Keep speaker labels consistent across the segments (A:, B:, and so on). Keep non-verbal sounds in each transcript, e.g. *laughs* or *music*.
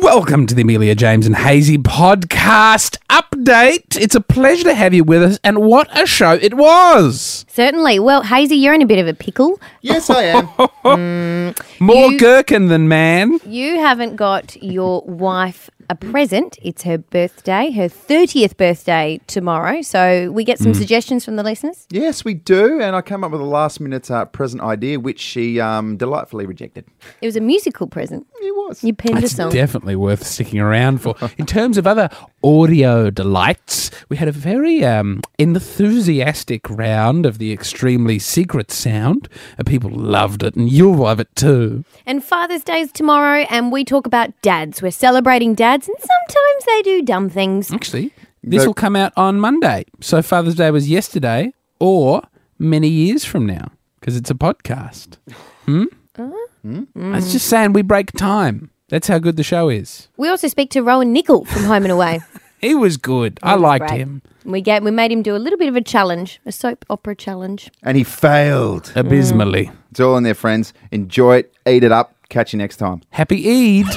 A: Welcome to the Amelia James and Hazy podcast update. It's a pleasure to have you with us, and what a show it was!
B: Certainly. Well, Hazy, you're in a bit of a pickle.
C: Yes, I am.
A: More
B: You-
A: gherkin than man.
B: *laughs* You haven't got your wife a present. It's her birthday, her 30th birthday tomorrow. So we get
A: Mm.
B: some suggestions from the listeners.
C: yes, we do. And I came up with a last minute uh, present idea, which she um, delightfully rejected.
B: It was a musical present.
C: It was.
B: You penned a
A: It's
B: song.
A: definitely worth sticking around for. In terms of other audio delights, we had a very um, enthusiastic round of the extremely secret sound. And people loved it, and you'll love it too.
B: and Father's Day is tomorrow, and we talk about dads. We're celebrating dads, and sometimes they do dumb things.
A: Actually, this
C: No.
A: will come out on Monday. So Father's Day was yesterday, or many years from now, because it's a podcast.
B: Uh-huh.
A: Hmm? It's just saying we break time. That's how good the show is.
B: We also speak to Rowan Nickel from Home and Away.
A: He was good. *laughs* I liked
B: Great.
A: him.
B: We, get, we made him do a little bit of a challenge, a soap opera challenge.
C: And he failed. Mm.
A: Abysmally.
C: It's all in there, friends. Enjoy it. Eat it up. Catch you next time. *laughs*
A: Happy Eid.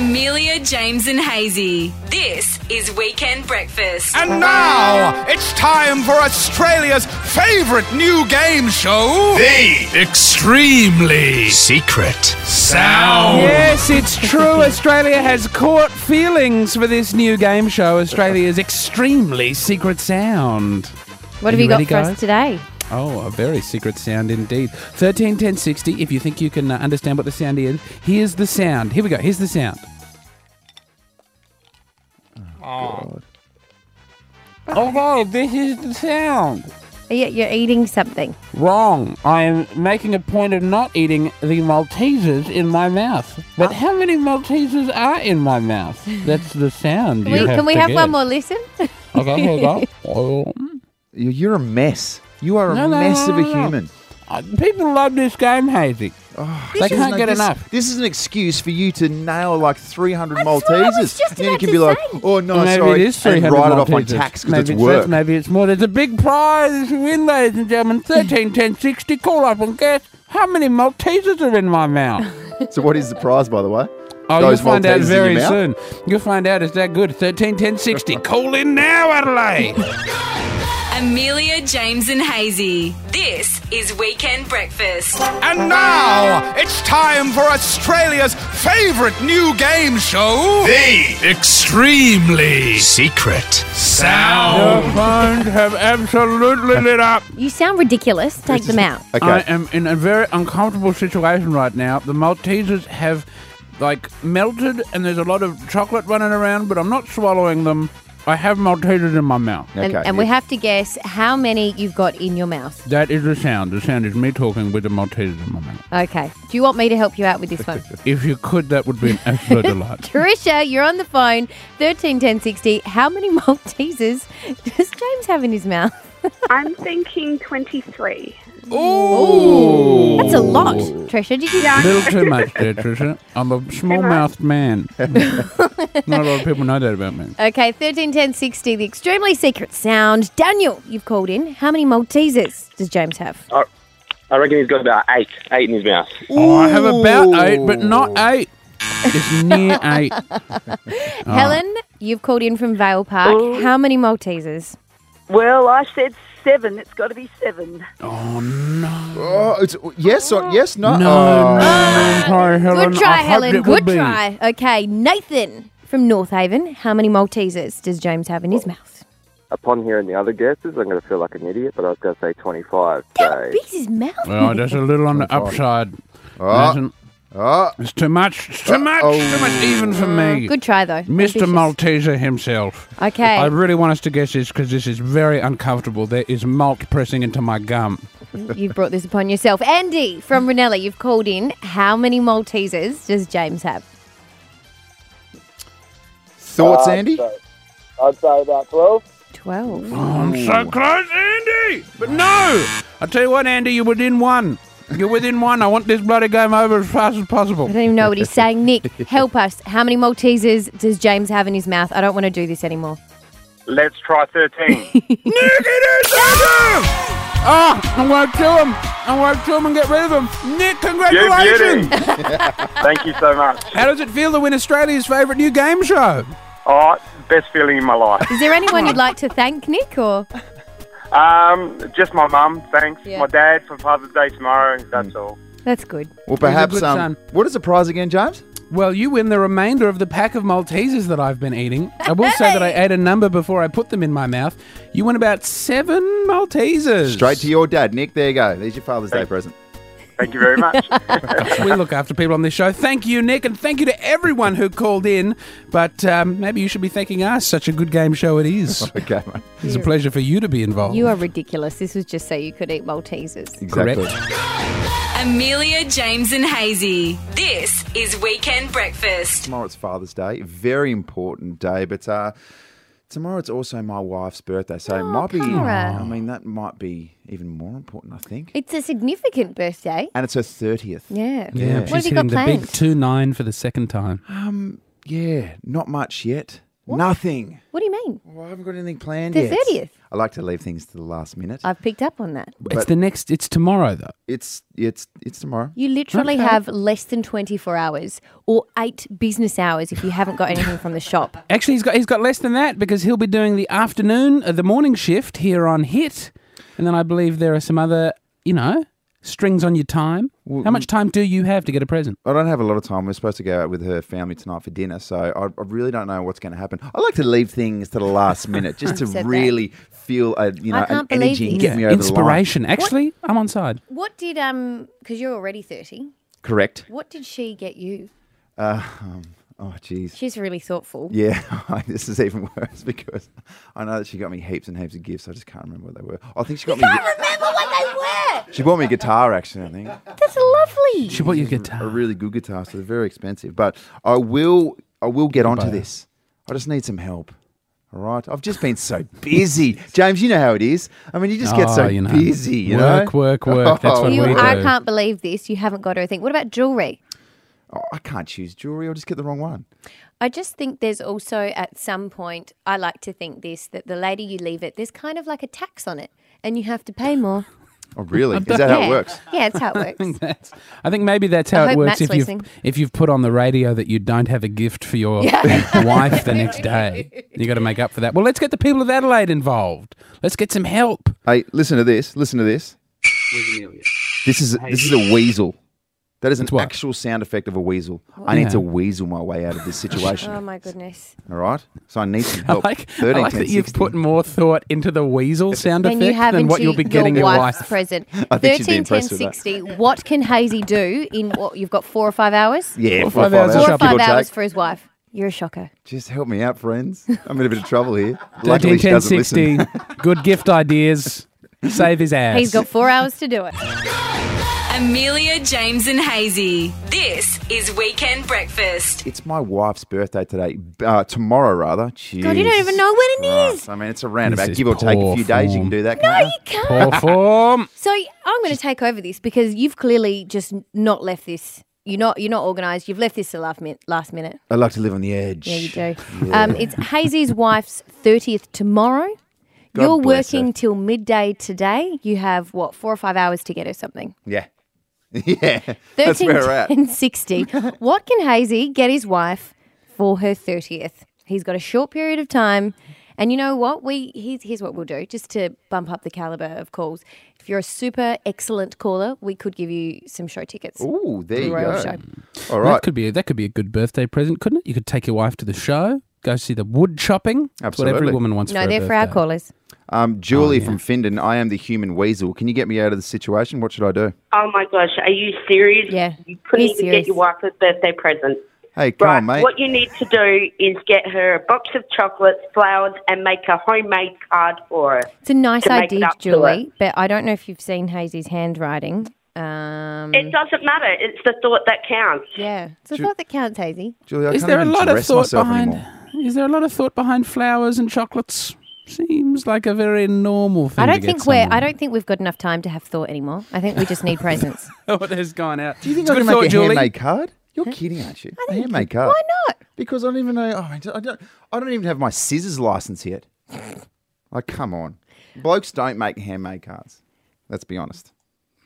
D: Amelia James and Hazy. This is Weekend Breakfast.
E: And now it's time for Australia's favourite new game show The Extremely Secret Sound.
A: Yes, it's true. Australia has caught feelings for this new game show, Australia's Extremely Secret Sound.
B: What have
A: you
B: you, got
A: ready,
B: for
A: guys?
B: us today?
A: Oh, a very secret sound indeed. 131060, if you think you can uh, understand what the sound is, here's the sound. Here we go. Here's the sound. Oh, no, this is the sound.
B: Yeah, you're eating something.
A: Wrong. I am making a point of not eating the Maltesers in my mouth. But how many Maltesers are in my mouth? That's the sound.
B: Can we, can we have one more listen?
A: Okay,
B: *laughs*
A: here
C: *laughs*
A: we go. Oh.
C: You- You're a mess. You are a
A: No, no,
C: mess
A: no,
C: of a
A: no, no.
C: human. Oh,
A: Uh, People love this game, Hazy. they
C: This
A: can't
C: is-
A: get
C: this-
A: enough.
C: This is an excuse for you to nail like 300
B: That's what I
C: Maltesers.
B: was just
C: then you
B: about
C: can
B: to
C: be like,
B: say.
C: oh, no,
A: maybe
C: sorry.
A: it is
C: and
A: 300
C: write it off on
A: Maltesers.
C: tax
A: Maybe
C: because it's
A: less,
C: work.
A: maybe it's more. There's a big prize to win, ladies and
C: *laughs*
A: gentlemen. 13, 10, 60. Call up and guess how many Maltesers are in
B: *laughs*
A: my mouth.
C: So, what is the prize, by the way?
A: Oh,
C: Those
A: you'll find
C: Maltesers
A: out
C: in your
A: very
C: mouth?
A: soon. You'll find out it's that good. 13, 10, 60. Call in now, Adelaide.
D: Amelia James and Hazy. This is Weekend Breakfast.
E: And now it's time for Australia's favourite new game show The Extremely Secret
A: Your
E: Sound.
A: phones have absolutely lit up.
B: You sound ridiculous. Take them out.
C: Okay.
A: I am in a very uncomfortable situation right now. The Maltesers have like melted and there's a lot of chocolate running around, but I'm not swallowing them. I have Maltesers in my mouth.
B: And,
C: Okay,
B: and we
C: yeah.
B: have to guess how many you've got in your mouth.
A: That is the sound. The sound is me talking with the Maltesers in my mouth.
B: Okay. Do you want me to help you out with
A: *laughs*
B: this one?
A: If you could, that would be an
B: *laughs*
A: absolute delight.
B: Tricia, you're on the phone. 131060. How many *laughs* Maltesers does James have in his mouth?
F: I'm thinking 23.
B: That's a lot. Tricia, did you?
F: Yeah.
B: *laughs*
A: A little too much, there, Tricia. I'm a small mouthed man.
B: *laughs*
A: Not a lot of people know that about me.
B: Okay, 131060. The extremely secret sound. Daniel, you've called in. How many Maltesers does James have?
G: I reckon he's got about eight, eight in his mouth.
A: Oh, I have about eight, but not eight. It's
B: *laughs*
A: near eight. Ah.
B: Helen, you've called in from Vale Park. How many Maltesers?
H: Oh. Well, I said seven. It's got to be seven.
C: Oh, it's, yes, or, yes, no.
A: No,
C: Oh.
A: no, I'm sorry, Helen.
B: Good try,
A: I hoped
B: Helen.
A: it would
B: Good
A: be.
B: try. Okay, Nathan from North Haven. How many Maltesers does James have in his mouth?
G: Upon hearing the other guesses, I'm going to feel like an idiot, but I was going to say 25.
B: How
G: So
B: big's his mouth?
A: Well, that's a little on the upside.
G: Ah.
A: Nathan. It's too much. It's too much. Too much even for me.
B: Mm, Good try, though.
A: Mr.
B: Ambitious.
A: Malteser himself.
B: Okay.
A: I really want us to guess this because this is very uncomfortable. There is malt pressing into my gum.
B: *laughs* You've brought this upon yourself. Andy from Ranella, you've called in. How many Maltesers does James have?
C: Thoughts, Andy?
G: I'd say about 12.
B: 12.
A: Oh, I'm so close, Andy! But no! I tell you what, Andy, you're within one. You're within one. I want this bloody game over as fast as
B: I
A: possible.
B: don't even know what he's saying.
A: *laughs*
B: Nick, help us. How many Maltesers does James have in his mouth? I don't want to do this anymore. *laughs*
G: Let's try 13.
A: Nick, it is awesome! Oh, I'm going to kill him. I'm going to kill him and get rid of him. Nick, congratulations.
G: Thank you so much.
A: How does it feel to win Australia's favourite new game show?
G: Oh, best feeling in my life.
B: Is there
G: *laughs*
B: anyone you'd like to thank, Nick? Or
G: Um, just my mum, thanks.
B: Yeah.
G: My dad for Father's Day tomorrow. That's all.
B: that's good.
C: Well, perhaps.
A: good
C: Um,
A: son.
C: what is the prize again, James?
A: Well, you win the remainder of the pack of Maltesers that I've been eating. I will say that I ate a number before I put them in my mouth. You win about seven Maltesers.
C: Straight to your dad, Nick. There you go. There's your Father's Day present.
G: Thank you very much.
A: *laughs* We look after people on this show. Thank you, Nick, and thank you to everyone who called in. But um, maybe you should be thanking us. Such a good game show it is.
C: *laughs* Okay, mate.
A: It's a pleasure for you to be involved.
B: You are ridiculous. This was just so you could eat Maltesers.
A: Correct.
C: Exactly.
D: Amelia, James, and Hazy. This is Weekend Breakfast.
C: Tomorrow it's Father's Day. Very important day, but uh, tomorrow it's also my wife's birthday. So
B: Oh,
C: it might be.
B: Cara.
C: I mean, that might be even more important, I think.
B: It's a significant birthday.
C: and it's her 30th.
B: Yeah.
A: Yeah,
B: What have
A: she's
B: you
A: hitting
B: got
A: the big
B: planned?
A: two nine for the second time.
C: Um, Yeah, not much yet. Nothing.
B: what do you mean?
C: Well, I haven't got anything planned
B: The
C: yet.
B: 30th.
C: I like to leave things to the last minute.
B: I've picked up on that.
A: it's the next. It's tomorrow though.
C: it's it's it's tomorrow.
B: You literally have less than 24 hours or eight business hours if you haven't got anything from the shop.
A: Actually, he's got he's got less than that because he'll be doing the afternoon, uh, the morning shift here on Hit, and then I believe there are some other, you know, strings on your time. How much time do you have to get a present?
C: I don't have a lot of time. We're supposed to go out with her family tonight for dinner, so I, I really don't know what's going to happen. I like to leave things to the
A: *laughs*
C: last minute just to
B: *laughs* said that.
C: really feel a you
B: I
C: know an
B: can't believe
C: energy and
B: this.
C: get
B: Yeah,
C: me over
A: Inspiration. Actually, I'm on side.
B: What did, um, because you're already 30,
C: the line. Correct.
B: what did she get you?
C: Uh, Oh, jeez.
B: She's really thoughtful.
C: Yeah, *laughs* this is even worse because I know that she got me heaps and heaps of gifts. I just can't remember what they were. I think she got me.
B: *laughs* I remember what they were.
C: She bought me a guitar, actually. I think
B: That's lovely.
A: She bought you a
C: a
A: guitar.
C: really good guitar, so they're very expensive. But I will, I will get onto this. I just need some help. All right, I've just been so
A: *laughs*
C: busy, James. You know how it is. I mean, you just get so
A: Oh, you know.
C: busy. You
A: Work,
C: know? Oh,
A: work, work.
C: *laughs*
A: That's
B: *laughs*
A: what
B: You,
A: we
B: I
A: do.
B: can't believe this. You haven't got her a thing. What about jewellery?
C: Oh, I can't choose jewelry. I'll just get the wrong one.
B: I just think there's also at some point, I like to think this, that the later you leave it, there's kind of like a tax on it and you have to pay
A: *laughs*
B: more.
C: Oh, really? Is that how
B: yeah.
C: it works?
B: Yeah, that's how it works.
A: That's- I think maybe that's how
B: I
A: it
B: hope
A: works
B: Matt's
A: if
B: listening.
A: you've, if you've put on the radio that you don't have a gift for your *laughs* wife
B: *laughs*
A: the next day. you got to make up for that. Well, let's get the people of Adelaide involved. Let's get some help.
C: Hey, listen to this. Listen to this. This is this is a weasel. That is an
A: what? Oh.
C: actual sound effect of a weasel. I need to weasel my way out of
A: *laughs*
C: this situation.
B: Oh
C: all
B: my goodness.
C: right. So I need some
A: I
C: help.
A: like, I like
C: 10,
A: that you've
C: 60.
A: put more thought into the weasel sound
B: When you
A: effect
B: have
A: than what
B: into
A: you'll be getting
B: your
A: your
C: *laughs*
B: wife's
A: wife.
B: present.
C: I think she'd be
B: 13, 10,
C: impressed with that.
B: 60. What can Hazy do in what you've got four or five hours?
C: Yeah, four
A: Four or
C: or
A: five
C: five
A: hours
C: hours.
A: of
B: Four or
A: shopping.
B: five
C: People
B: hours
C: take-
B: for his wife. You're a shocker.
C: Just help me out,
B: *laughs*
C: friends. I'm in a bit of trouble here.
A: 13,
C: Luckily, she
A: 10,
C: doesn't listen.
A: 60. Good
C: *laughs*
A: gift ideas. Save his ass.
B: He's got four hours to do it.
D: Amelia, James, and Hazy. This is Weekend Breakfast.
C: It's my wife's birthday today. Uh, tomorrow, rather. Jeez.
B: God, you don't even know when it
C: Right.
B: is.
C: I mean, it's a roundabout.
A: is
C: Give or take a
A: poor
C: few days, you
A: form.
C: can do that. can't
B: You can't.
A: Poor form.
B: So I'm going to take over this because you've clearly just not left this. You're not. You're not organised. You've left this to last minute. Last minute.
C: I like to live on the edge.
B: Yeah, you do. Um, it's Hazy's wife's thirtieth tomorrow.
C: God
B: You're
C: bless her.
B: working till midday today. You have what four or five hours to get her something.
C: Yeah. *laughs* yeah. That's
B: 13,
C: where we're at.
B: 10, 60.
C: *laughs*
B: What can Hazy get his wife for her 30th? He's got a short period of time. And you know what? We here's, here's what we'll do just to bump up the caliber of calls. If you're a super excellent caller, we could give you some show tickets.
C: Ooh, there you
B: Royal
C: go.
B: show.
C: All
A: Well,
C: right.
A: That could be a, that could be a good birthday present, couldn't it? You could take your wife to the show, go see the wood chopping. That's what every
C: Absolutely.
A: woman wants.
B: No,
A: for
B: they're
A: a
B: for our
A: birthday.
B: callers.
C: Um, Julie
A: Oh,
C: from Findon, I am the human weasel. Can you get me out of the situation? What should I do?
I: Oh my gosh, are you serious?
B: Yeah,
I: You couldn't
B: he's
I: even
B: serious.
I: get your wife a birthday present.
C: Hey, come
I: right,
C: on, mate.
I: what you need to do is get her a box of chocolates, flowers, and make a homemade card for her.
B: It's a nice
I: To make it
B: idea,
I: up to
B: Julie, but I don't know if you've seen Hazy's handwriting. Um,
I: It doesn't matter. It's the thought that counts.
B: yeah, it's a thought that counts, Hazy.
C: Julie, I
A: Is
C: can't
A: there a
C: even
A: lot of
C: dress
A: thought
C: myself
A: behind?
C: anymore.
A: Is there a lot of thought behind flowers and chocolates? Seems like a very normal thing.
B: I
A: to
B: don't
A: get
B: think we're. I
A: *laughs* someone.
B: don't think we've got enough time to have thought anymore. I think we just need
A: *laughs*
B: presents.
A: Thought has Oh, gone out.
C: Do you think
A: It's
C: I can
A: good thought,
C: make a
A: Julie.
C: handmade card? You're kidding, aren't you? A handmade card.
B: Why not?
C: Because I don't even know. Oh, I don't. I don't, I don't even have my *laughs* scissors license yet. Like, come on, blokes don't make handmade cards. Let's be honest.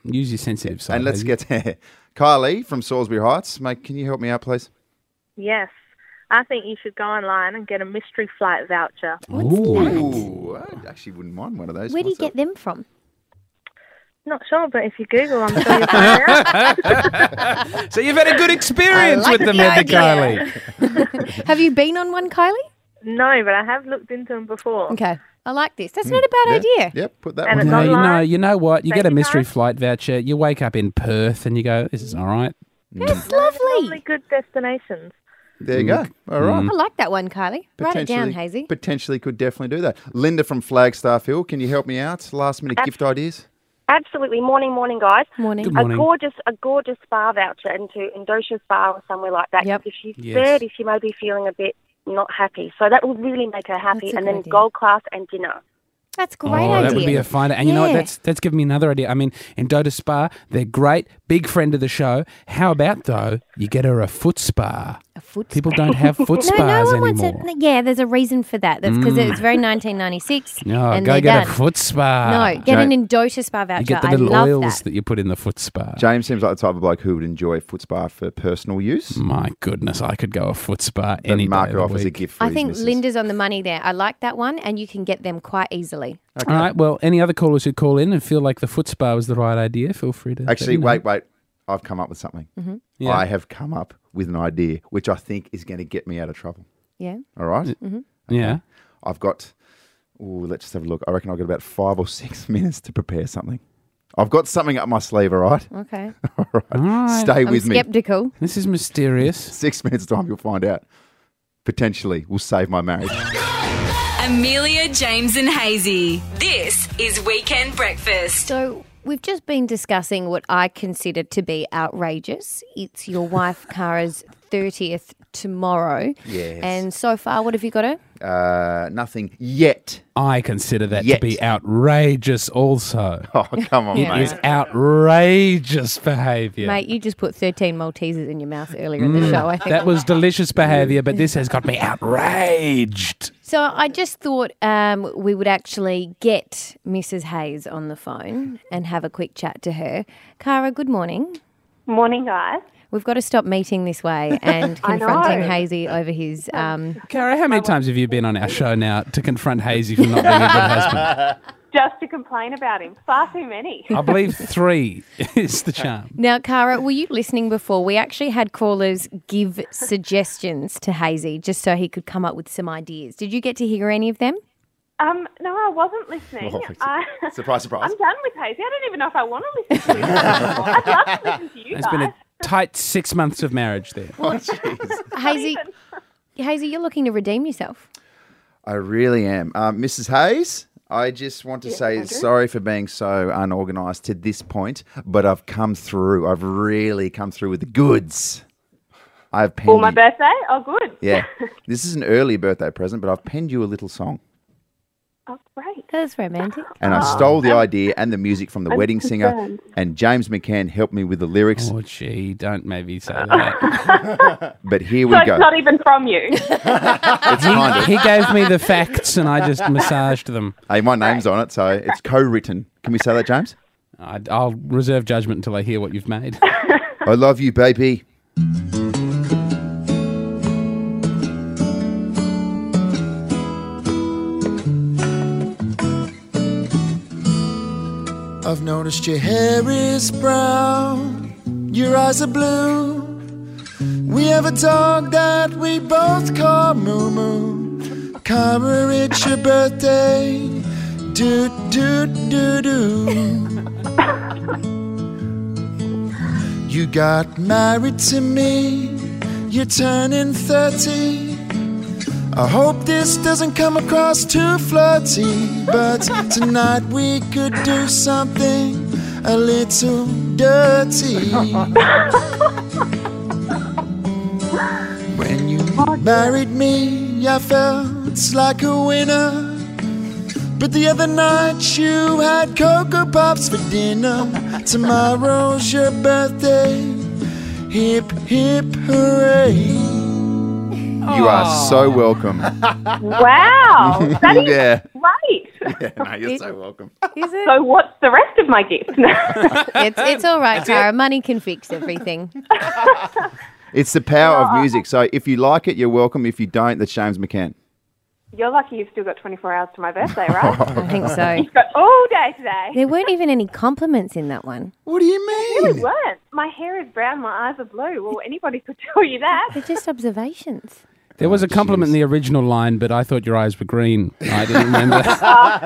A: Use your sensitive side.
C: and let's
A: Hazy.
C: get *laughs* Kylie from Salisbury Heights. Mate, can you help me out, please?
F: Yes. I think you should go online and get a mystery flight voucher.
C: Ooh, I actually wouldn't mind one of those.
B: Where do you
C: myself.
B: get them from?
F: Not sure, but if you Google,
J: *laughs*
F: I'm sure you'll find out.
A: *laughs* So you've had a good experience with them, Heather Kylie.
B: Have you been on one, Kylie?
F: No, but I have looked into them before.
B: Okay. I like this. That's not a bad
C: Hmm. Yeah,
B: idea.
C: Yep, put that
F: And
C: one.
F: it's
A: No, you know,
F: online.
A: you know what? You get a
F: Thank you,
A: mystery
F: guys.
A: flight voucher. You wake up in Perth and you go, "This is all right."
B: That's lovely.
F: Really good destinations.
C: There you go. All right.
B: I like that one, Kylie. Write it down,
C: Potentially-
B: Hazy.
C: Potentially could definitely do that. Linda from Flagstaff Hill, can you help me out? Last minute gift
B: Uh,
C: ideas?
J: Absolutely. Morning, morning, guys.
B: Morning.
A: Good morning.
J: A gorgeous, a gorgeous spa voucher into Indosha Spa or somewhere like that.
B: Yep.
J: If she's
A: Yes.
J: 30, she may be feeling a bit not happy. So that will really make her happy.
B: That's a good
J: And then
B: idea.
J: gold class and dinner.
B: That's a great
A: oh,
B: idea.
A: that would be a fine. And you know what?
B: Yeah.
A: That's that's given me another idea. I mean, in Dota Spa, they're great, big friend of the show. How about though? You get her a foot spa.
B: a foot
A: People
B: *laughs*
A: don't have *laughs* foot
B: No, no
A: spas
B: one wants
A: anymore. Mm.
B: it. Yeah, there's a reason for that. That's because it's very 1996.
A: *laughs* No,
B: and
A: go
B: they're
A: get
B: done.
A: a foot spa.
B: No, get an Indota spa voucher.
A: You get the
B: I
A: little
B: love
A: oils that.
B: that.
A: you put in the foot spa.
C: James seems like the type of bloke who would enjoy foot spa for personal use.
A: My goodness, I could go a foot spa
C: Then
A: any
C: mark
A: day
C: it
A: of
C: off
A: the
C: as a
A: week.
C: gift for
B: I
C: his
B: think
C: missus.
B: Linda's on the money there. I like that one, and you can get them quite easily. Uh,
A: All right. Well, any other callers who call in and feel like the foot spa was the right idea, feel free to. let
C: Actually,
A: me know.
C: wait, wait. I've come up with something.
B: Mm-hmm.
A: Yeah.
C: I have come up with an idea which I think is going to get me out of trouble.
B: Yeah. Mm-hmm.
C: All right?
A: Yeah.
C: I've got, ooh, let's just have a look. I reckon I've got about five or six *laughs* minutes to prepare something. I've got something up my sleeve, all right?
B: Okay.
C: *laughs* All right.
A: right.
C: Stay
B: I'm
C: with me.
B: skeptical.
A: This is
C: *laughs*
A: mysterious.
C: Six minutes' time, you'll find out. Potentially, will save my marriage.
D: Amelia, James, and Hazy. This is Weekend Breakfast.
B: So we've just been discussing what I consider to be outrageous. It's your wife Kara's thirtieth tomorrow.
C: Yes.
B: And so far, what have you got her?
C: Uh, nothing yet.
A: I consider that
C: Yet.
A: to be outrageous. Also,
C: *laughs* Oh, come on,
A: it
C: mate.
A: is outrageous behaviour.
B: Mate, you just put thirteen Maltesers in your mouth earlier in the show. I think.
A: Mm. That was delicious behaviour,
B: *laughs*
A: but this has got me outraged.
B: so I just thought um, we would actually get Mrs. Hayes on the phone and have a quick chat to her. Kara, good morning.
H: Morning, guys.
B: We've got to stop meeting this
H: *laughs*
B: way and confronting Hazy over his um,
A: Cara, how many times have you been on our show now to confront Hazy for not being a good husband?
C: *laughs*
H: Just to complain about him. Far too many.
A: I believe three is the charm.
B: Now, Cara, were you listening before? We actually had callers give suggestions to Hazy just so he could come up with some ideas. Did you get to hear any of them?
H: Um, no, I wasn't listening.
C: Oh, it's-
H: I,
C: surprise, surprise.
H: I'm done with Hazy. I don't even know if I want to
C: *laughs*
H: listen to you. I'd love to listen to you
A: It's
H: guys.
A: been a tight six months of marriage there.
C: *laughs* Oh, jeez.
B: Hazy, Hazy, you're looking to redeem yourself.
C: I really am. Um, Mrs. Hayes, I just want to say sorry for being so unorganised to this point, but I've come through. I've really come through with the goods. I've penned
H: For my
C: you-
H: birthday? Oh, good.
C: Yeah. this is an early birthday present, but I've penned you a little song.
H: *laughs* Oh, great.
B: That's romantic.
C: And I stole
H: Oh.
C: the idea and the music from the wedding singer,
H: concerned.
C: and James McCann helped me with the lyrics.
A: Oh, gee, don't maybe say that.
C: But here we
H: So it's
C: go.
H: not even from you.
C: *laughs* It's kind of.
A: he gave me the facts and I just massaged them.
C: Hey, my name's on it, so it's co-written. Can we say that, James?
A: I, I'll reserve judgment until I hear what
B: *laughs*
A: you've made.
C: I love you, baby.
K: I've noticed your hair is brown, your eyes are blue. We have a dog that we both call Moo Moo. Cara, it's your birthday. Do, do, do, do. you got married to me, you're turning 30. I hope this doesn't come across too flirty, but tonight we could do something a little dirty. when you married me, I felt like a winner. But the other night you had Cocoa Pops for dinner. Tomorrow's your birthday. Hip, hip, hooray.
A: Oh,
C: You are so
A: *laughs*
C: welcome.
H: *laughs*
B: *laughs*
J: Wow. Oh, That is
C: Yeah.
J: great.
C: Yeah, no, you're so welcome.
B: Is it?
J: So what's the rest of my gift? *laughs*
B: it's, it's all right, Tara. Money can fix everything.
C: It's the power of music. So if you like it, you're welcome. If you don't, that's James McCann.
J: You're lucky you've still got 24 hours to my birthday,
B: *laughs*
J: right?
B: I think so.
J: You've got all day today.
B: There weren't even any compliments in that one.
C: *laughs* What do you mean?
J: really weren't. My hair is brown, my eyes are blue. Well, anybody could *laughs* tell you that.
B: They're just
J: *laughs*
B: observations.
A: There
C: Oh,
A: was a compliment in the original line, but I thought your eyes were green. I
C: *laughs*
A: didn't remember.
J: Uh,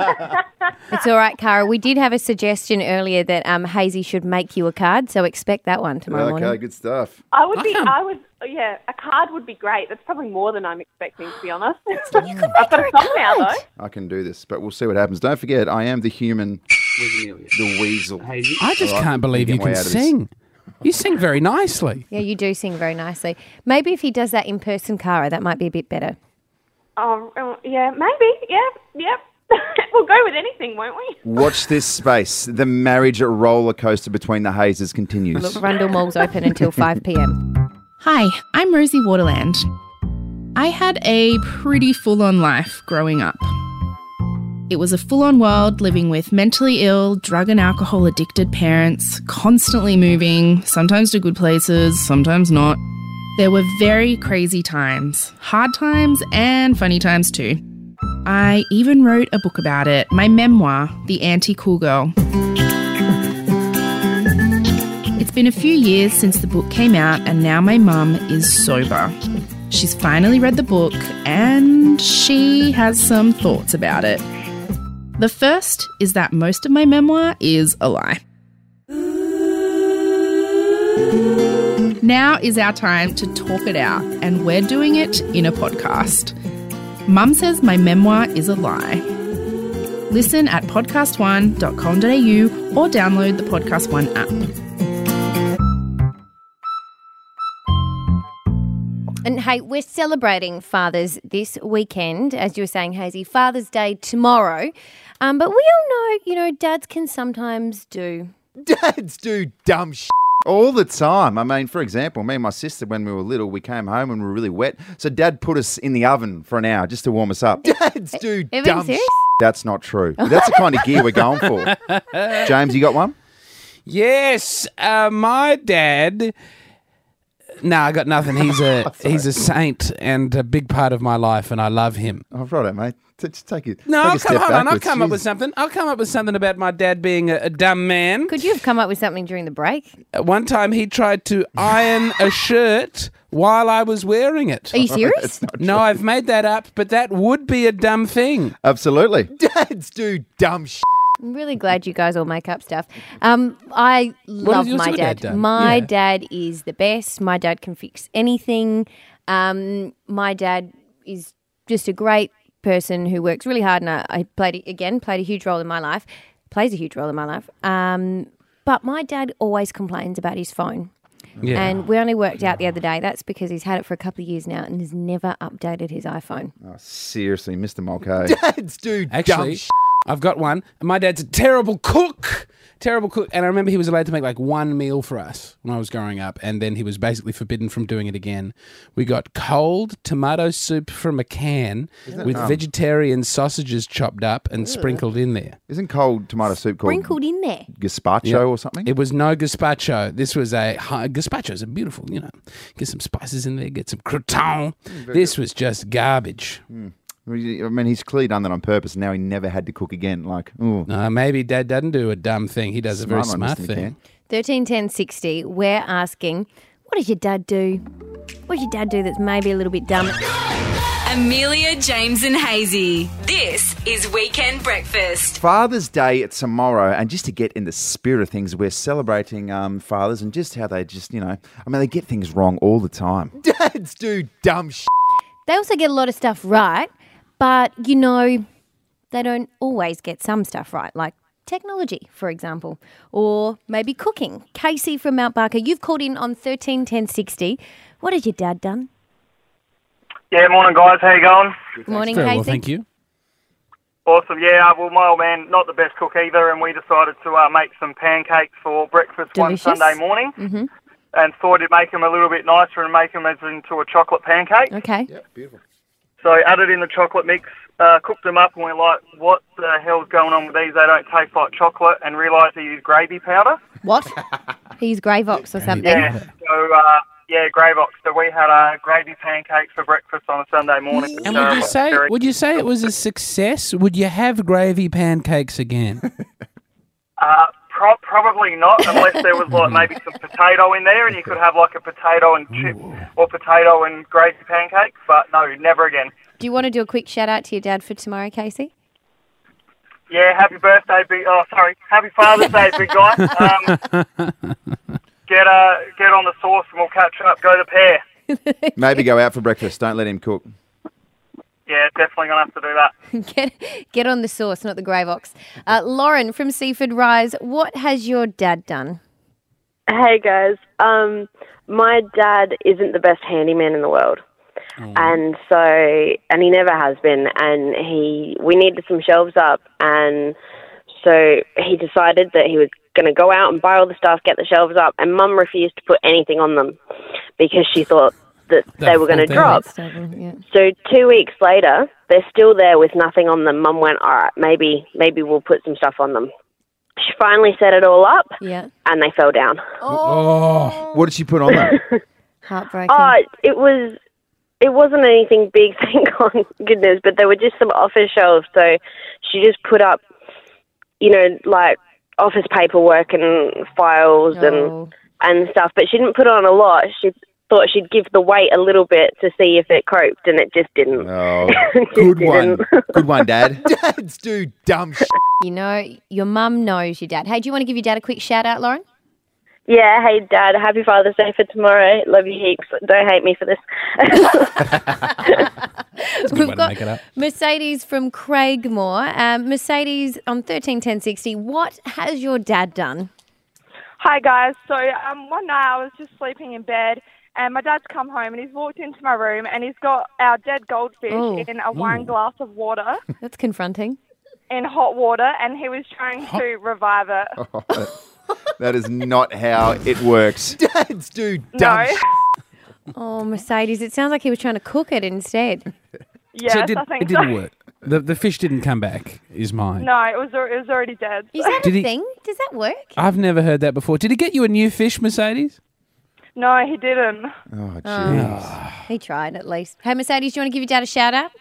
B: It's all right, Cara. We did have a suggestion earlier that um, Hazy should make you a card, so expect that one tomorrow
C: Okay,
B: morning.
C: good stuff.
J: I would be, I would, yeah, a card would be great. That's probably more than I'm expecting, to be honest. *laughs* I've got a song now, though.
C: I can do this, but we'll see what happens. Don't forget, I am the human, the weasel.
A: I just
C: All right,
A: can't believe
C: get
A: you
C: my
A: can
C: out of this.
A: sing. You sing very nicely.
B: Yeah, you do sing very nicely. Maybe if he does that in person, Cara, that might be a bit better.
J: Oh, oh, yeah, maybe. Yeah, yeah. *laughs* we'll go with anything, won't we?
C: Watch this space. The marriage roller coaster between the hazes continues.
B: Look, Rundle *laughs* Mall's open until 5 p.m.
L: Hi, I'm Rosie Waterland. I had a pretty full on life growing up. It was a full on world living with mentally ill, drug and alcohol addicted parents, constantly moving, sometimes to good places, sometimes not. There were very crazy times, hard times, and funny times too. I even wrote a book about it, my memoir, The Anti Cool Girl. It's been a few years since the book came out, and now my mum is sober. She's finally read the book, and she has some thoughts about it. The first is that most of my memoir is a lie. Now is our time to talk it out, and we're doing it in a podcast. Mum says my memoir is a lie. Listen at podcast1.com.au or download the Podcast One app.
B: And hey, we're celebrating fathers this weekend, as you were saying, Hazy. Father's Day tomorrow. Um, but we all know, you know, dads can sometimes do.
C: Dads do dumb shit all the time. I mean, for example, me and my sister, when we were little, we came home and we were really wet. So dad put us in the oven for an hour just to warm us up. *laughs* Dads do
B: Evan,
C: dumb
B: serious?
C: shit. *laughs* That's not true. That's the kind of gear we're going
A: *laughs*
C: for. James, you got one?
A: Yes, uh, my dad. No, I got nothing.
C: *laughs*
A: He's
C: Oh,
A: a he's a saint and a big part of my life, and I love him.
C: Oh, righto, mate. T- Just take it.
A: No,
C: take
A: I'll
C: a
A: come,
C: step
A: hold on. I'll
C: backwards.
A: come up with
C: Jeez.
A: something. I'll come up with something about my dad being a, a dumb man.
B: Could you have come up with something during the break?
A: At one time, he tried to iron a shirt while I was wearing it.
C: *laughs*
B: Are you serious?
A: No, I've made that up, but that would be a dumb thing.
C: Absolutely. *laughs* Dads do dumb shit.
B: I'm really glad you guys all make up stuff. Um, I love
A: yours-
B: my
A: your
B: dad.
A: dad done?
B: my
A: Yeah.
B: dad is the best. My dad can fix anything. Um, my dad is just a great person who works really hard, and I, I played again played a huge role in my life. Plays a huge role in my life. Um, but my dad always complains about his phone.
A: Yeah.
B: And we only worked out the other day that's because he's had it for a couple of years now and has never updated his iPhone.
C: Oh, seriously, Mr. Mulcahy.
A: Dads
C: do
A: Actually, I've got one. And my dad's a terrible cook. Terrible cook. And I remember he was allowed to make like one meal for us when I was growing up. And then he was basically forbidden from doing it again. We got cold tomato soup from a can
C: that
A: with
C: dumb?
A: vegetarian sausages chopped up and sprinkled in there.
C: Isn't cold tomato soup called
B: Wrinkled in there.
C: gazpacho
A: Yeah.
C: or something?
A: It was no gazpacho. This was a hi- gazpacho. Is a beautiful, you know, get some spices in there, get some crouton.
C: Mm,
A: This was just garbage.
C: Hmm. I mean, he's clearly done that on purpose. Now he never had to cook again. Like, ooh.
A: No, maybe Dad doesn't do a dumb thing. He does a very
C: Smart one,
A: smart
C: Mr.
A: thing.
B: 131060, we're asking, what does your dad do? What does your dad do that's maybe a little bit dumb?
D: Amelia, James, and Hazy. This is Weekend Breakfast.
C: Father's Day tomorrow, and just to get in the spirit of things, we're celebrating um, fathers and just how they just, you know, I mean, they get things wrong all the time. *laughs* Dads do dumb shit.
B: They also get a lot of stuff right, but you know, they don't always get some stuff right, like technology, for example, or maybe cooking. Casey from Mount Barker, you've called in on 131060. What has your dad done?
M: Yeah, morning guys. How you going?
B: Good morning, Casey.
A: you.
M: Awesome. Yeah. uh, Well, my old man, not the best cook either, and we decided to uh, make some pancakes for breakfast
B: Delicious.
M: one Sunday morning.
B: hmm
M: and thought it'd make them a little bit nicer and make them as into a chocolate pancake.
B: Okay.
M: beautiful. So added in the chocolate mix, uh, cooked them up, and we're like, "What the hell's going on with these? They don't taste like chocolate." And realised they use gravy powder.
B: What? He's Gravox or something.
M: Yeah. So uh, yeah, Gravox. So we had a gravy pancake for breakfast on a Sunday morning.
A: And would you
M: So,
A: say
M: very-
A: would you say it was a success? Would you have gravy
C: *laughs*
A: pancakes again?
M: Uh, pro- probably not, unless there was like maybe some potato in there, and you could have like a potato and chip or potato and gravy pancake. But no, never again.
B: Do you want to do a quick shout out to your dad for tomorrow, Casey?
M: Yeah, happy birthday, big. Oh, sorry, happy Father's Day, big guy. Um, get uh, get on the sauce, and we'll catch up. Go the pair.
C: *laughs* Maybe go out for breakfast. Don't let him cook.
M: Yeah, definitely gonna have to do that.
B: *laughs* get get on the source, not the Gravox. Uh, Lauren from Seaford Rise, what has your dad done?
N: Hey guys, um, my dad isn't the best handyman in the world, and so and he never has been. And he we needed some shelves up, and so he decided that he was going to go out and buy all the stuff, get the shelves up. And Mum refused to put anything on them because she thought that they were going to drop. So two weeks later, they're still there with nothing on them. Mum went, all right, maybe maybe we'll put some stuff on them. She finally set it all up,
B: yeah,
N: and they fell down.
C: Oh. What did she put on them? *laughs*
B: Heartbreaking.
N: Oh, it was. It wasn't anything big, *laughs* thank God, goodness, but they were just some office shelves. So she just put up, you know, like office paperwork and files and and stuff. But she didn't put on a lot. She thought she'd give the weight a little bit to see if it coped, and it just didn't.
C: Oh,
N: Just
C: good one.
N: didn't.
C: Good one, *laughs* Dad. *laughs* Dads do
B: *laughs*
C: dumb shit.
B: You know, your mum knows your dad. Hey, do you want to give your dad a quick shout out, Lauren?
N: *laughs* Yeah, hey Dad, happy Father's Day for tomorrow. Love you heaps. Don't hate me for this. *laughs*
B: We've
A: way to
B: got
A: make it up.
B: Mercedes from Craigmore. Um, Mercedes on thirteen ten sixty. What has your dad done?
J: Hi guys. So um, one night I was just sleeping in bed, and my dad's come home and he's walked into my room and he's got our dead goldfish
B: Oh.
J: in a wine
B: Ooh.
J: glass of
B: *laughs*
J: water *laughs*
B: That's confronting.
J: in hot water, and he was trying to revive it.
C: *laughs* Oh, that is not how it
B: *laughs*
C: works. *laughs* Dads do
J: No.
C: dumb shit.
B: Oh, Mercedes! It sounds like he was trying to cook it instead.
J: Yes,
A: so it, did,
J: I think
A: it didn't
J: so.
A: work. The the fish didn't come back. Is mine.
J: No, it was al- it was already dead.
B: Is that
A: Did
B: a
A: he-
B: thing? Does that work?
A: I've never heard that before. Did it get you a new fish, Mercedes?
J: No, he didn't.
A: Oh,
B: He tried at least. Hey, Mercedes, do you want to give your dad a shout out?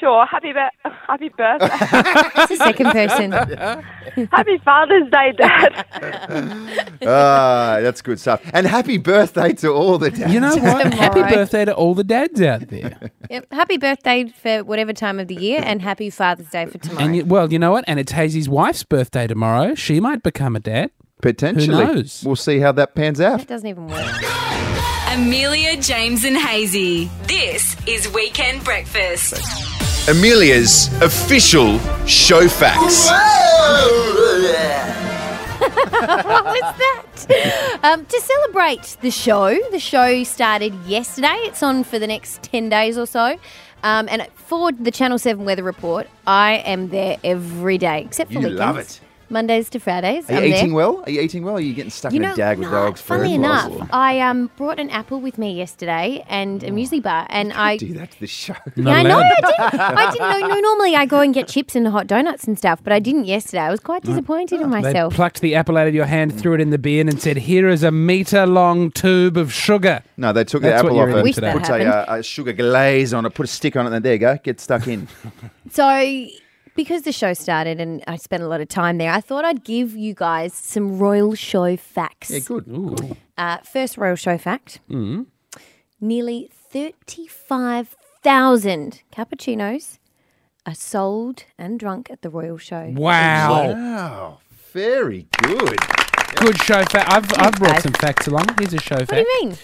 J: Sure. Happy be- happy birthday.
B: It's the second person.
J: happy Father's Day, Dad.
C: Ah, that's good stuff. And happy birthday to all the dads.
A: You know what?
B: *laughs*
A: Happy
B: Tomorrow.
A: birthday to all the dads out there.
B: Yep. Happy birthday for whatever time of the year, and happy Father's Day for tomorrow. *laughs*
A: and you, well, you know what? And it's Hazy's wife's birthday tomorrow. She might become a dad.
C: *laughs* Potentially.
A: Who knows?
C: We'll see how that pans out.
B: That doesn't even work.
D: Amelia, James, and Hazy. This is Weekend Breakfast.
E: Amelia's official show facts.
B: what was that? Um, to celebrate the show, the show started yesterday. It's on for the next 10 days or so. Um, and for the Channel 7 weather report, I am there every day, except
C: You
B: for weekends.
C: love it.
B: Mondays to Fridays.
C: Are you
B: I'm there.
C: eating well? Are you eating well? Are you getting stuck
B: You
C: in
B: know,
C: a dag with dogs for
B: Funnily enough,
C: hours?
B: I um, brought an apple with me yesterday and a muesli bar, and I
C: Oh, Do that to the show.
B: yeah, I know. I
C: *laughs*
B: didn't. I didn't know. No, normally I go and get chips and hot donuts and stuff, but I didn't yesterday. I was quite disappointed in myself.
A: They plucked the apple out of your hand, threw it in the bin, and said, "Here is a meter-long tube of sugar."
C: No, they took
A: That's
C: the apple
A: what
C: off
A: you're
C: it,
A: into today.
C: put a, uh, a sugar glaze on it, put a stick on it, and there you go, get stuck
A: *laughs*
C: in.
B: So, because the show started and I spent a lot of time there, I thought I'd give you guys some royal show facts.
C: yeah, good.
B: Uh, first royal show fact
A: Mm.
B: nearly 35,000 cappuccinos are sold and drunk at the royal show.
A: Wow.
C: Wow. Oh, Very good.
A: Good show fact. I've, I've brought some facts along. Here's a show fact.
B: What do you mean?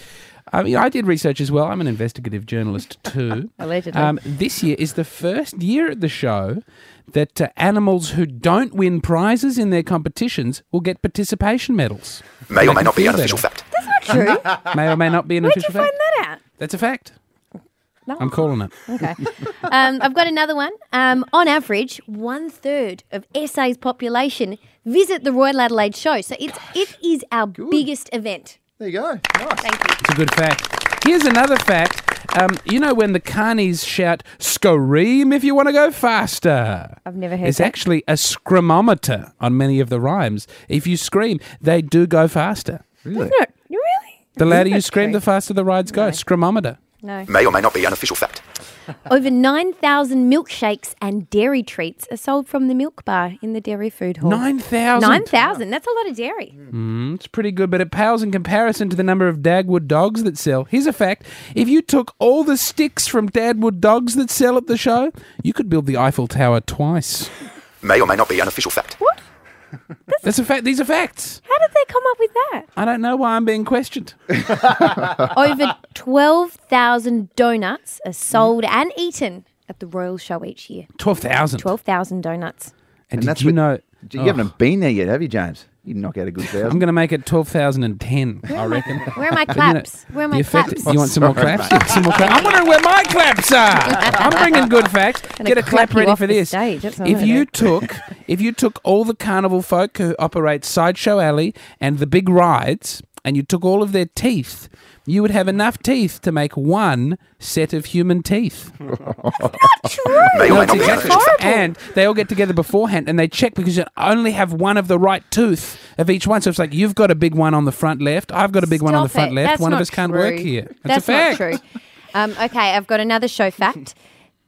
A: I mean, I did research as well. I'm an investigative journalist
B: *laughs*
A: too. Um,
B: Allegedly.
A: this year is the first year at the show that uh, animals who don't win prizes in their competitions will get participation medals.
E: May or may not be an
A: They
E: official
A: can
E: fact.
B: That's not true.
A: may or may not be an
B: Where'd you
A: official fact.
B: find that out?
A: That's a fact.
B: No.
A: I'm calling it.
B: Okay. Um, I've got another one. Um, on average, one third of SA's population visit the Royal Adelaide show. So it's, it is our biggest event.
C: There you go. Nice.
B: Thank you.
A: It's a good fact. Here's another fact. Um, you know when the carnies shout "scoream" if you want to go faster.
B: I've never heard
A: It's
B: that.
A: actually a scrimometer on many of the rhymes. If you scream, they do go faster. Really?
B: really?
A: *laughs* The louder you scream, the faster the rides go. Scrimometer.
C: *laughs*
B: No.
O: May or may not be an official fact.
B: Over 9,000 milkshakes and dairy treats are sold from the milk bar in the dairy food hall.
A: 9,000?
B: 9,000. That's a lot of dairy.
C: Hmm.
A: Mm, it's pretty good, but it pales in comparison to the number of Dagwood dogs that sell. Here's a fact if you took all the sticks from Dagwood dogs that sell at the show, you could build the Eiffel Tower twice.
O: May or may not be an official fact.
A: *laughs* That's a fact. These are facts.
B: How did they come up
C: *laughs*
B: with that?
A: I don't know why I'm being questioned.
B: Over 12,000 donuts are sold and eaten at the Royal Show each year.
A: 12,000.
B: 12,000 donuts.
A: And, did you know?
C: You
A: Oh.
C: haven't been there yet, have you, James? You knock out a good
A: I'm
C: thousand.
A: going to make it 12,010, I reckon.
B: Where are
A: *laughs*
B: my
A: But, you know,
B: claps? Where are my
A: the effect-
B: claps?
A: You want some more
C: Sorry, mate.
A: claps? You want some
E: *laughs*
A: more claps? I'm wondering where my claps are. I'm bringing good facts.
B: *laughs* Gonna
A: Get a
B: clap
A: clap
B: you
A: ready
B: off
A: for
B: the
A: this.
B: stage, that's what I'm
A: If
B: gonna
A: you
B: do.
A: took if you took all the carnival folk who operate Sideshow Alley and the big rides and you took all of their teeth, you would have enough teeth to make one set of human teeth.
B: True.
A: No,
O: May or may not
A: it's
O: be an
A: exactly-
O: official fact.
A: And they all get together beforehand and they check because you only have one of the right tooth of each one. So it's like you've got a big one on the front left. I've got a big one on the
B: Stop
A: front
B: it.
A: left.
B: That's
A: one of
B: not
A: us can't
B: true.
A: work here.
B: That's,
A: That's, a fact.
B: not true. Um, okay, I've got another show fact.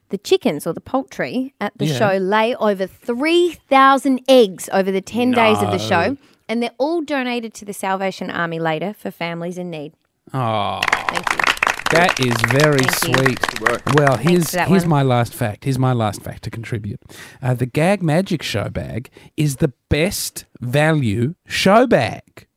B: The chickens or the poultry at the
A: Yeah.
B: show lay over 3,000 eggs over the 10 days of the show,
A: No.
B: and they're all donated to the Salvation Army later for families in need.
A: Oh, that is very
B: Thank you.
A: sweet. Well, here's
B: for that
A: here's
B: one.
A: my last fact. Here's my last fact to contribute. Uh, the Gag Magic Show bag is the best value show bag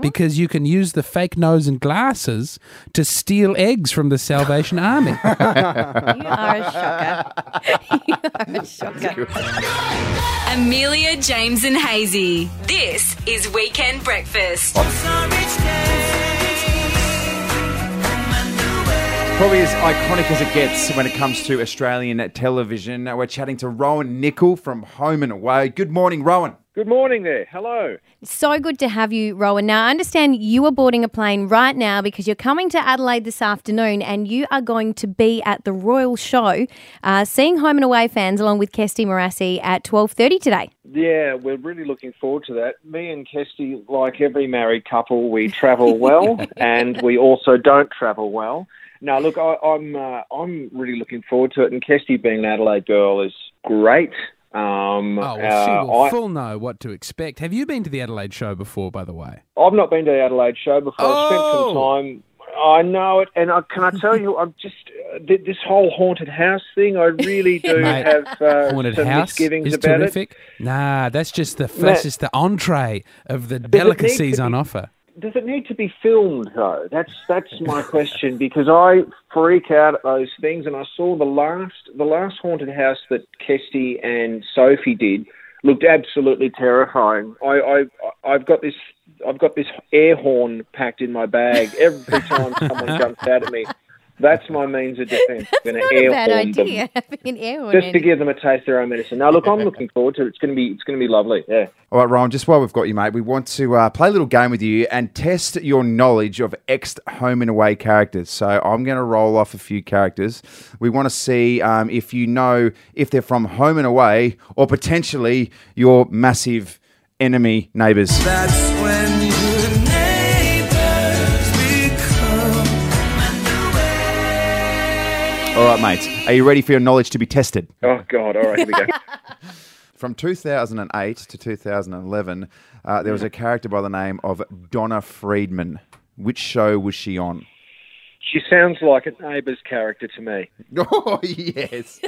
A: because you can use the fake nose and glasses to steal eggs from the
B: *laughs*
A: Salvation Army.
B: You are a shocker. you are a shocker.
D: Amelia, James, and Hazy. This is Weekend Breakfast.
C: Probably as iconic as it gets when it comes to Australian television. We're chatting to Rowan Nickel from Home and Away. Good morning, Rowan.
P: Good morning there. Hello.
B: So good to have you, Rowan. Now, I understand you are boarding a plane right now because you're coming to Adelaide this afternoon and you are going to be at the Royal Show, uh, seeing Home and Away fans along with Kesty Morassi at 12.30 today.
P: Yeah, we're really looking forward to that. Me and Kesty, like every married couple, we travel
A: *laughs*
P: well, and we also don't travel well. Now, look, I, I'm uh, I'm really looking forward to it, and Kesty being an Adelaide girl is great. Um,
A: Oh, well, she
P: uh,
A: will
P: I-
A: full know what to expect. Have you been to the Adelaide show before, by the way?
P: I've not been to the Adelaide show before.
A: Oh!
P: I've spent some time. I know it, and I, can I tell you, I'm just uh, th- this whole haunted house thing. I
A: *laughs*
P: really do
A: Mate,
P: have uh,
A: Haunted
P: some
A: House
P: misgivings
A: is
P: about
A: terrific.
P: it.
A: Nah, that's just the
P: Matt-
A: that's just the entree of the
P: it need to
A: delicacies
P: be-
A: on offer.
P: Does it need to be filmed though? That's that's my *laughs* question because I freak out at those things, and I saw the last the last haunted house that Kesty and Sophie did looked absolutely terrifying. I, I I've got this I've got this air horn packed in my bag
B: *laughs*
P: every time someone jumps out at me. That's my means of defence. I'm going
B: Not
P: to
B: a
P: air
B: bad
P: horn them
B: idea, *laughs* having an air horn
P: just to
B: handy.
P: give them a taste of their own medicine. Now, look, I'm looking forward to it. It's going to be it's going to be lovely. Yeah.
C: All right, Rowan, just while we've got you, mate, we want to uh, play a little game with you and test your knowledge of ex home and away characters. So I'm going to roll off a few characters. We want to see um, if you know if they're from home and away or potentially your massive enemy neighbors.
Q: That's when your neighbors become.
C: All right, mates, are you ready for your knowledge to be tested?
P: Oh God! All right, here we go.
M: *laughs*
C: From 2008 to 2011, uh, there was a character by the name of Donna Friedman. Which show was she on?
P: She sounds like a neighbour's character to me.
C: *laughs* Oh yes.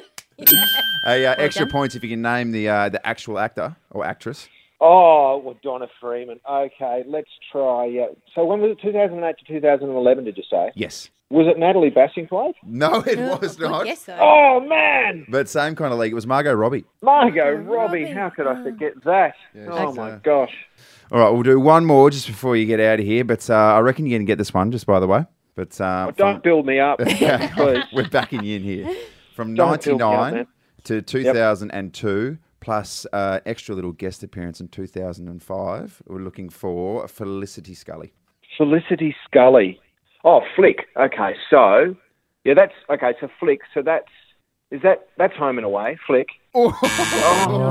C: A, uh, extra
P: done.
C: points if you can name the uh, the actual actor or actress.
P: Oh, well, Donna Freeman. Okay, let's try. Uh, so when was it? 2008 to 2011? Did you say?
C: Yes.
P: Was it Natalie Bassingthwaight?
C: No, it was not.
P: Yes, Oh man,
C: But same kind of league. It was Margot Robbie.
P: Margot Robbie. How could I forget that? oh my gosh.
C: All right, we'll do one more just before you get out of here. But uh, I reckon you're going to get this one, just by the way. But uh,
P: Oh, don't *laughs* build
C: *laughs*
P: me up, please.
C: We're backing you in here. From
P: Don't build me up,
C: 99
P: man.
C: to 2002, plus uh, extra little guest appearance in 2005, we're looking for Felicity Scully.
P: Felicity Scully. Oh, Flick. Okay, so yeah, that's okay. So Flick. So that's is that that's Home and Away. Flick.
Q: Oh,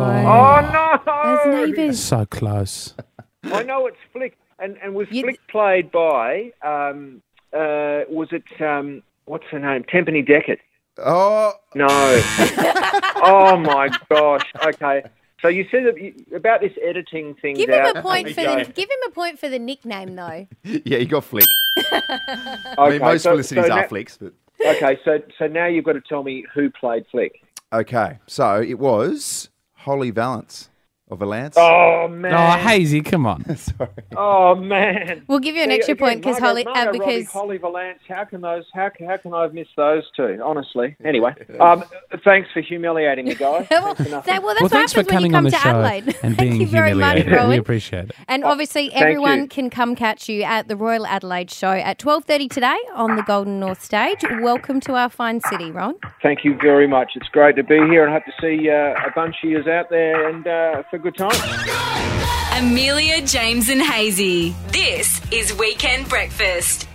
P: Oh,
Q: no! As neighbours.
A: So close.
P: *laughs* I know it's Flick, and and was Flick played by um uh was it um what's her name Tempany Deckett?
C: Oh *laughs*
P: no! oh my gosh! Okay, so you said that you- about this editing thing.
B: Give
P: out.
B: him a point for the give him a point for the nickname though.
C: *laughs* Yeah, you got flick. I mean, most Felicities are flicks, but
P: Okay, so so now you've got to tell me who played Flick.
C: okay. So it was Holly Valance of Valance.
P: Oh man!
A: Oh, Hazy, come on.
C: *laughs* Sorry.
P: Oh man!
B: We'll give you an
P: See,
B: extra
P: again,
B: point 'cause
P: Margot-
B: Holly- uh,
P: Margot Robbie,
B: because-
P: Holly Valance. How can those? How, how can I have missed those two? Honestly. Anyway, um, thanks for humiliating me,
B: *laughs*
P: guys.
B: well, that, well, that's
A: well,
B: what
A: thanks for
B: happens when you
A: coming
B: come
A: on the
B: to
A: show
B: Adelaide.
A: and being
B: you very much,
A: humiliated. we
B: Rowan.
A: appreciate it.
B: *laughs*
P: Oh,
B: And obviously,
A: thank
B: everyone
A: you.
B: can come catch you at the Royal Adelaide Show at twelve thirty today on the Golden North stage. Welcome to our fine city, Ron.
P: Thank you very much. It's great to be here, and I hope to see uh, a bunch of yous out there and uh, for good time.
D: Amelia, James, and Hazy. This is Weekend Breakfast.